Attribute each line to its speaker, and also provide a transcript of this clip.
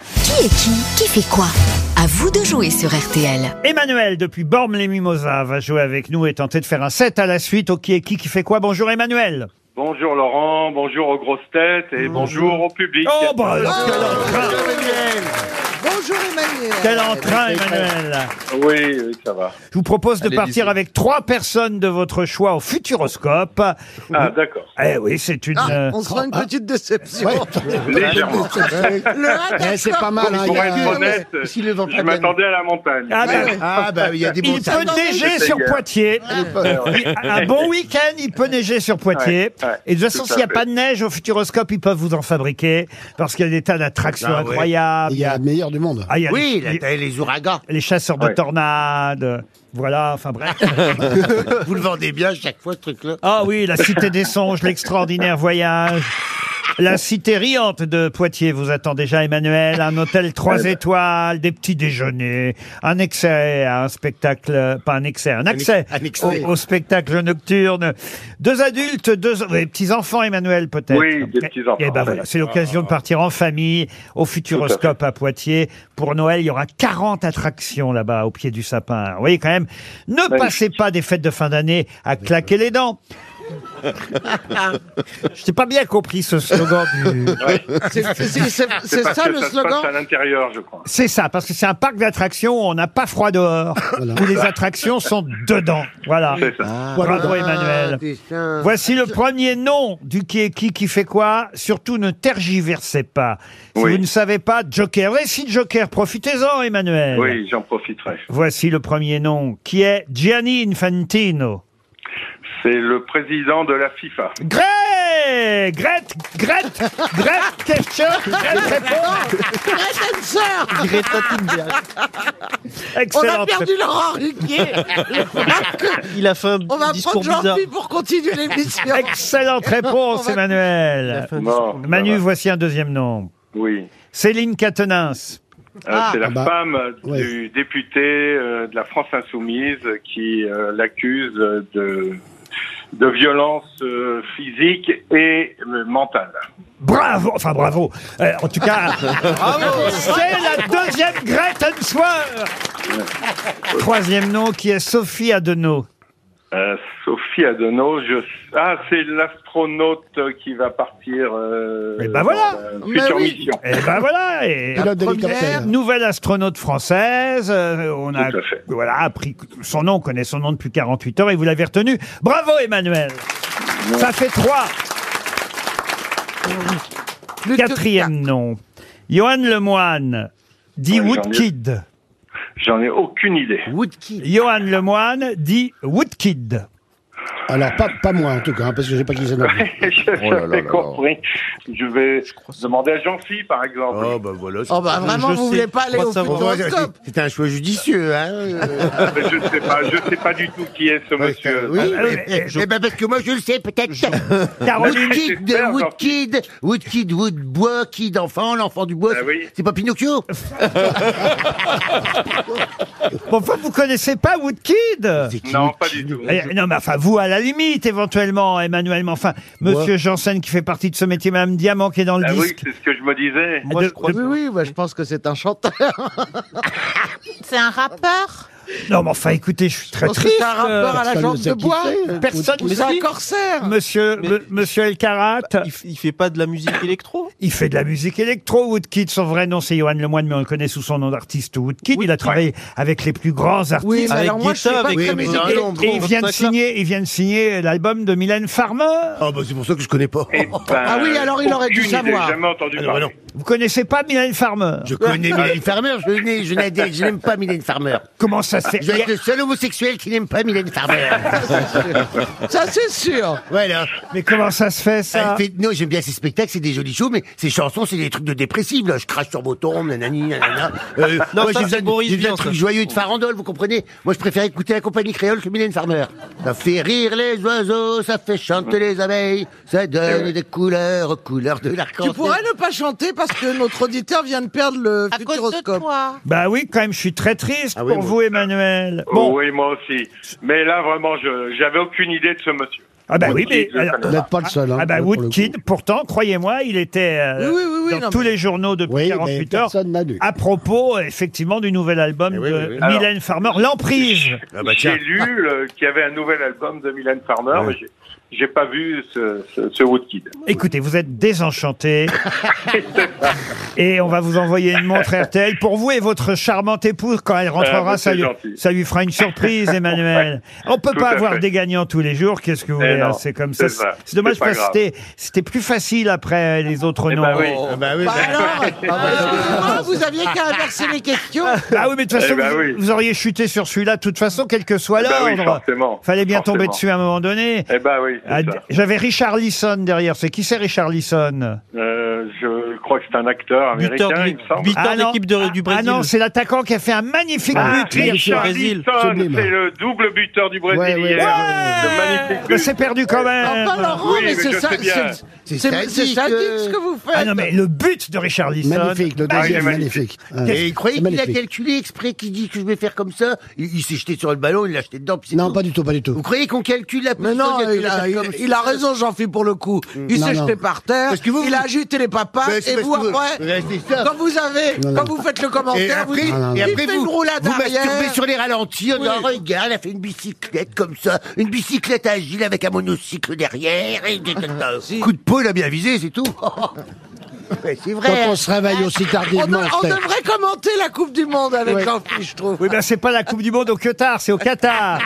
Speaker 1: est qui Qui fait quoi À vous de jouer sur RTL.
Speaker 2: Emmanuel, depuis Bormes-les-Mimosas, va jouer avec nous et tenter de faire un set à la suite au qui est qui qui fait quoi. Bonjour Emmanuel.
Speaker 3: Bonjour Laurent, bonjour aux grosses têtes et bonjour, au public.
Speaker 2: Oh, bah alors, quel entrain,
Speaker 4: Bonjour Emmanuel.
Speaker 2: quel entrain Emmanuel.
Speaker 3: Oui, oui, ça va.
Speaker 2: Je vous propose de partir avec trois personnes de votre choix au Futuroscope.
Speaker 3: Ah, d'accord.
Speaker 2: Eh oui, c'est
Speaker 3: Ah,
Speaker 2: une... euh,
Speaker 4: Ah, On se rend une petite déception.
Speaker 3: Légèrement.
Speaker 4: Le
Speaker 5: Eh, c'est pas mal. hein,
Speaker 3: Pour
Speaker 5: il y a-
Speaker 3: être honnête,
Speaker 5: parce qu'il le vend
Speaker 3: je
Speaker 5: pas bien.
Speaker 3: m'attendais à la montagne.
Speaker 2: Ah, bah,
Speaker 5: Ah, bah, il y a des bons
Speaker 2: Il peut neiger sur
Speaker 3: gaffe.
Speaker 2: Poitiers.
Speaker 3: Ah,
Speaker 2: Il- Un bon week-end, il peut neiger sur Poitiers.
Speaker 3: Ouais, ouais,
Speaker 2: Et de toute façon,
Speaker 3: tout
Speaker 2: s'il n'y a
Speaker 3: à fait.
Speaker 2: pas de neige au Futuroscope, ils peuvent vous en fabriquer parce qu'il y a des tas d'attractions
Speaker 5: Ah ouais.
Speaker 2: incroyables.
Speaker 5: Il y a le meilleur du monde.
Speaker 2: Ah, il y a
Speaker 5: Oui,
Speaker 2: les,
Speaker 5: là, les ouragans.
Speaker 2: les chasseurs de
Speaker 3: Ouais.
Speaker 2: tornades. Voilà, enfin bref.
Speaker 5: Vous le vendez bien chaque fois, ce truc-là.
Speaker 2: Ah oui, la cité des songes, l'extraordinaire voyage. La cité riante de Poitiers vous attend déjà, Emmanuel. Un hôtel trois étoiles, des petits déjeuners, un excès à un spectacle, pas un excès, un accès
Speaker 5: un excès.
Speaker 2: au, au spectacle nocturne. Deux adultes, deux des petits enfants, Emmanuel peut-être.
Speaker 3: Oui, des petits-enfants,
Speaker 2: Eh ben
Speaker 3: oui. Ah.
Speaker 2: voilà, c'est l'occasion de partir en famille au Futuroscope à Poitiers. Pour Noël, il y aura 40 attractions là-bas au pied du sapin. Vous voyez quand même, ne
Speaker 3: Oui.
Speaker 2: passez pas des fêtes de fin d'année à claquer les dents. Je t'ai pas bien compris ce slogan du...
Speaker 4: C'est- c'est- C'est c'est
Speaker 3: parce
Speaker 4: ça
Speaker 3: que
Speaker 4: le
Speaker 3: ça se passe à
Speaker 4: slogan
Speaker 3: l'intérieur, je crois.
Speaker 2: C'est ça, parce que c'est un parc d'attractions où on n'a pas froid dehors, où les attractions sont dedans. Voilà.
Speaker 3: C'est ça.
Speaker 2: Bravo Emmanuel. Voici
Speaker 3: Euh,
Speaker 2: le premier nom du qui est qui qui fait quoi. Surtout ne tergiversez pas. Si
Speaker 3: Oui.
Speaker 2: vous ne savez pas, Joker. Et si Joker, profitez-en
Speaker 5: Ah,
Speaker 2: Emmanuel.
Speaker 3: Oui, j'en profiterai.
Speaker 2: Voici le premier nom qui est Gianni Infantino.
Speaker 3: C'est le président de la FIFA.
Speaker 2: Greg Grete Grete Grete question Grete réponse
Speaker 4: Arrête, sœur On a
Speaker 2: Excellente
Speaker 4: perdu Laurent Ruquier.
Speaker 6: Il a fait un
Speaker 4: On va
Speaker 6: discours
Speaker 4: prendre
Speaker 6: bizarre.
Speaker 4: Jean-Philippe pour continuer l'émission.
Speaker 2: Excellente réponse,
Speaker 4: On va-
Speaker 2: Emmanuel.
Speaker 5: Euh,
Speaker 3: Bon, ça
Speaker 2: Manu,
Speaker 3: va.
Speaker 2: voici un deuxième nom.
Speaker 3: Oui.
Speaker 2: Céline Catenins.
Speaker 3: Euh, c'est la
Speaker 5: Ah bah,
Speaker 3: femme
Speaker 5: ouais.
Speaker 3: du député euh, de la France Insoumise qui euh, l'accuse de, de violence euh, physique et euh, mentale.
Speaker 2: Bravo, enfin bravo. Euh, en tout cas, c'est la deuxième Grete Soir. Troisième nom qui est Sophie Adenau.
Speaker 3: Euh, Sophie Adenau, je... ah, c'est l'astronaute qui va partir euh,
Speaker 2: Eh ben voilà.
Speaker 3: dans la
Speaker 4: Mais
Speaker 3: future
Speaker 4: Bah oui.
Speaker 3: mission.
Speaker 2: Et ben voilà. Et
Speaker 5: Pilote d'hélicoptère.
Speaker 4: première-
Speaker 2: Nouvelle astronaute française. euh, on a
Speaker 3: Tout à fait.
Speaker 2: voilà, appris son nom, on connaît son nom depuis 48 heures et vous l'avez retenu. Bravo Emmanuel Ça fait trois.
Speaker 4: Plus que-
Speaker 2: Quatrième nom. Johan Lemoine, dit
Speaker 3: Oui, j'en ai-
Speaker 2: Woodkid.
Speaker 3: J'en ai aucune idée.
Speaker 2: Oh
Speaker 5: Woodkey.
Speaker 2: Johan Lemoine, dit Woodkid.
Speaker 5: Alors, pas, pas moi, en tout cas, hein, parce que je sais pas qui c'est. non plus.
Speaker 3: je
Speaker 7: là là
Speaker 3: l'ai
Speaker 7: là.
Speaker 3: compris. Je vais demander à Jean-Phi, par exemple.
Speaker 7: Oh, bah voilà.
Speaker 4: Oh bah vraiment,
Speaker 6: Je
Speaker 4: vous
Speaker 6: sais.
Speaker 4: voulez pas aller
Speaker 6: Moi,
Speaker 4: au
Speaker 6: ça va.
Speaker 4: futuroscope
Speaker 5: C'était un choix judicieux, hein. euh,
Speaker 3: Mais Je ne sais, pas- je sais pas du tout qui est ce monsieur.
Speaker 5: Oui,
Speaker 2: Ah,
Speaker 5: mais-
Speaker 2: oui,
Speaker 5: eh ben, parce que moi, je le sais, peut-être.
Speaker 3: Ah,
Speaker 2: Caroline,
Speaker 5: Woodkid,
Speaker 3: J'espère,
Speaker 5: Woodkid, Woodkid, Woodbois, Kid, enfant, l'enfant du bois.
Speaker 3: Ah oui.
Speaker 5: C'est pas
Speaker 4: Euh,
Speaker 5: Pinocchio
Speaker 2: pourquoi vous connaissez pas Woodkid
Speaker 5: C'est qui,
Speaker 3: Non,
Speaker 5: Woodkid
Speaker 3: pas du tout.
Speaker 2: Eh, non, mais enfin, vous, à la limite, éventuellement, Emmanuel, mais enfin, monsieur Janssen, qui fait partie de ce métier, Madame Diamant, qui est dans le
Speaker 3: Ah oui,
Speaker 2: disque.
Speaker 3: c'est ce que je me disais.
Speaker 2: Moi, je
Speaker 4: Oui, oui, moi, je pense que c'est un chanteur.
Speaker 8: C'est un rappeur
Speaker 2: Non, mais enfin, écoutez, je suis très
Speaker 4: Parce que
Speaker 2: triste.
Speaker 4: c'est un rapport à la jambe de bois.
Speaker 2: Personne
Speaker 4: Ou
Speaker 2: ne
Speaker 4: Euh, c'est un
Speaker 2: sait.
Speaker 4: corsaire.
Speaker 2: Monsieur,
Speaker 6: Mais-
Speaker 2: me- monsieur El Karat,
Speaker 6: Il, f- il fait pas de la musique électro
Speaker 2: il fait de la musique électro. Woodkid, son vrai nom, c'est Johan Lemoine, mais on le connaît sous son nom d'artiste Woodkid. Il a travaillé avec les plus grands artistes.
Speaker 4: Oui, mais
Speaker 6: Avec
Speaker 4: alors moi, je sais
Speaker 6: Guetta,
Speaker 4: pas
Speaker 6: avec-
Speaker 4: que la
Speaker 5: Oui, mais
Speaker 4: musique
Speaker 5: dans
Speaker 4: est-
Speaker 5: l'ombre.
Speaker 2: Et il vient de signer, il vient de signer l'album de Mylène Farmer.
Speaker 5: Ah, bah, c'est pour ça que je connais pas.
Speaker 2: Oh.
Speaker 3: Eh ben,
Speaker 4: Ah oui, alors il aurait dû
Speaker 3: aucune idée,
Speaker 4: savoir.
Speaker 3: jamais
Speaker 2: Ah,
Speaker 3: entendu
Speaker 5: Alors,
Speaker 3: parler.
Speaker 5: alors,
Speaker 2: Vous connaissez pas Mylène Farmer
Speaker 5: je connais Mylène Farmer, je n'ai- je n'ai- je n'aime pas Mylène Farmer.
Speaker 2: Comment ça se fait
Speaker 4: Ah,
Speaker 5: Je vais être le seul homosexuel qui n'aime pas Mylène Farmer.
Speaker 4: Ça, c'est sûr.
Speaker 5: voilà.
Speaker 2: Mais comment ça se fait ça
Speaker 5: Elle fait- Non, j'aime bien ses spectacles, c'est des jolis shows, mais ses chansons, c'est des trucs de dépressifs. Là. Je crache sur vos tombes, nanani, nanana. Euh,
Speaker 6: Non,
Speaker 5: moi,
Speaker 6: ça,
Speaker 5: j'ai
Speaker 6: c'est
Speaker 5: besoin, de-
Speaker 6: Boris
Speaker 5: j'ai besoin
Speaker 6: Vian,
Speaker 5: de trucs
Speaker 6: ça.
Speaker 5: joyeux de farandole, vous comprenez Moi, je préfère écouter la compagnie créole que Mylène Farmer. Ça fait rire les oiseaux, ça fait chanter les abeilles, ça donne des couleurs aux couleurs de
Speaker 4: Eh Tu
Speaker 5: l'arc-en-ciel.
Speaker 4: pourrais ne pas chanter parce que notre auditeur vient de perdre le
Speaker 8: À cause de
Speaker 4: futuroscope.
Speaker 8: toi.
Speaker 2: Bah oui, quand même, je suis très triste
Speaker 5: Ah oui,
Speaker 2: pour
Speaker 5: moi-
Speaker 7: Euh,
Speaker 2: vous, Emmanuel.
Speaker 3: Oh
Speaker 2: Bon,
Speaker 3: Oui, moi aussi. Mais là, vraiment, je j'avais aucune idée de ce monsieur.
Speaker 2: Ah bah oui, mais...
Speaker 3: Woodkid, je
Speaker 2: alors-
Speaker 3: connais
Speaker 7: Vous n'êtes pas le seul. hein,
Speaker 2: ah bah
Speaker 7: pour le
Speaker 2: Woodkid, pourtant, croyez-moi, il était euh,
Speaker 4: Oui, oui, oui, oui,
Speaker 2: dans
Speaker 4: non,
Speaker 2: tous
Speaker 4: mais-
Speaker 2: les journaux depuis
Speaker 7: Oui, mais
Speaker 2: 48 heures
Speaker 7: personne n'a lu.
Speaker 2: à propos, effectivement, du nouvel album
Speaker 7: Eh oui,
Speaker 2: de
Speaker 7: oui, oui.
Speaker 2: Mylène Farmer, L'Emprise.
Speaker 5: Ah, bah,
Speaker 3: J'ai lu euh, qu'il y avait un nouvel album de Mylène Farmer, mais j'ai- j'ai pas vu ce, ce, ce Woodkid.
Speaker 2: Écoutez, vous êtes désenchanté. et on va vous envoyer une montre RTL pour vous et votre charmante épouse quand elle rentrera.
Speaker 3: Ah, bah, c'est
Speaker 2: ça, lui,
Speaker 3: gentil.
Speaker 2: ça lui fera une surprise, Emmanuel. On peut
Speaker 3: Tout
Speaker 2: pas
Speaker 3: à
Speaker 2: avoir
Speaker 3: fait.
Speaker 2: des gagnants tous les jours. Qu'est-ce que vous
Speaker 3: Eh
Speaker 2: voulez
Speaker 3: non,
Speaker 2: hein, C'est comme ça.
Speaker 3: c'est
Speaker 2: C'est
Speaker 3: ça.
Speaker 2: c'est dommage
Speaker 3: C'est pas
Speaker 2: parce que
Speaker 3: grave.
Speaker 2: c'était- c'était plus facile après les autres
Speaker 3: Eh
Speaker 2: noms.
Speaker 3: ben oui.
Speaker 7: coup. Ah bah oui,
Speaker 4: Bah
Speaker 7: mais-
Speaker 4: alors, excusez-moi, vous aviez qu'à inverser les questions.
Speaker 2: Ah oui, mais de toute façon,
Speaker 3: Eh ben
Speaker 2: vous,
Speaker 3: oui.
Speaker 2: vous auriez chuté sur celui-là, de toute façon, quel que soit
Speaker 3: Eh ben oui,
Speaker 2: l'ordre.
Speaker 3: forcément.
Speaker 2: Fallait bien tomber
Speaker 3: Forcément.
Speaker 2: dessus à un moment donné.
Speaker 3: Eh ben oui, c'est
Speaker 2: Ah,
Speaker 3: ça.
Speaker 2: J'avais Richard Lisson derrière. C'est qui c'est Richard Lisson
Speaker 3: Euh, je crois que c'est un acteur
Speaker 6: Buteur
Speaker 3: américain, il me
Speaker 6: de
Speaker 3: semble.
Speaker 6: buteur
Speaker 2: non.
Speaker 6: d'équipe de- du
Speaker 2: Ah
Speaker 6: Brésil.
Speaker 2: non, c'est l'attaquant qui a fait un magnifique
Speaker 3: Ah,
Speaker 2: but. hier.
Speaker 3: Richard
Speaker 6: Brésil.
Speaker 3: Lisson,
Speaker 7: Sublime.
Speaker 3: c'est le double buteur du Brésil
Speaker 7: Ouais, ouais,
Speaker 3: hier.
Speaker 7: ouais,
Speaker 3: Le magnifique
Speaker 2: Bah,
Speaker 3: but.
Speaker 2: c'est perdu quand même.
Speaker 4: Enfin, Laurent,
Speaker 3: Oui,
Speaker 4: mais
Speaker 3: mais
Speaker 4: c'est
Speaker 3: je
Speaker 4: ça,
Speaker 3: sais bien.
Speaker 4: c'est- c'est c'est
Speaker 5: sadique,
Speaker 4: sadique
Speaker 5: euh.
Speaker 4: ce que vous faites.
Speaker 2: Ah non, mais le but de Richard Lisson.
Speaker 7: Magnifique, le
Speaker 3: Ah, il est
Speaker 7: deuxième, magnifique.
Speaker 3: magnifique.
Speaker 7: Ouais.
Speaker 5: Et il croyait
Speaker 7: C'est
Speaker 5: qu'il a
Speaker 7: magnifique.
Speaker 5: calculé exprès qu'il dit que je vais faire comme ça. Il, il s'est jeté sur le ballon, il l'a jeté dedans. puis c'est
Speaker 7: Non,
Speaker 5: tout.
Speaker 7: pas du tout, pas du
Speaker 5: Vous
Speaker 7: tout.
Speaker 5: croyez qu'on calcule la
Speaker 4: Mais
Speaker 5: position
Speaker 4: non,
Speaker 5: de la-
Speaker 4: il a,
Speaker 5: comme- Mm.
Speaker 4: il- il a raison, Jean-Philippe, pour le coup. Il
Speaker 7: Non,
Speaker 4: s'est
Speaker 7: non.
Speaker 4: jeté par terre,
Speaker 5: Parce que vous-
Speaker 4: il a agité les papas,
Speaker 5: Mais c'est
Speaker 4: et
Speaker 5: parce
Speaker 4: vous,
Speaker 5: que vous-
Speaker 4: après,
Speaker 5: vous restez ça.
Speaker 4: quand vous avez,
Speaker 7: Non, non.
Speaker 4: quand vous faites le
Speaker 5: Et
Speaker 4: commentaire, vous
Speaker 5: après,
Speaker 4: dites,
Speaker 5: et
Speaker 4: il
Speaker 5: après,
Speaker 4: fait
Speaker 5: Ah, vous,
Speaker 4: une roulade
Speaker 5: vous masturbez
Speaker 4: arrière.
Speaker 5: sur les ralentis en disant
Speaker 4: Oui.
Speaker 5: Regarde, elle a fait une bicyclette comme ça, une bicyclette agile avec un monocycle derrière. Et... Coup de peau, il a bien visé, c'est tout. Ouais, c'est
Speaker 7: Quand
Speaker 5: vrai.
Speaker 7: on se réveille aussi
Speaker 4: On, de-
Speaker 7: tardivement,
Speaker 4: on
Speaker 7: c'est-
Speaker 4: devrait commenter la Coupe du Monde avec
Speaker 7: Oui.
Speaker 4: Jean-Philippe, je trouve.
Speaker 2: Oui, ben c'est pas la Coupe du Monde au Qatar, c'est au Qatar.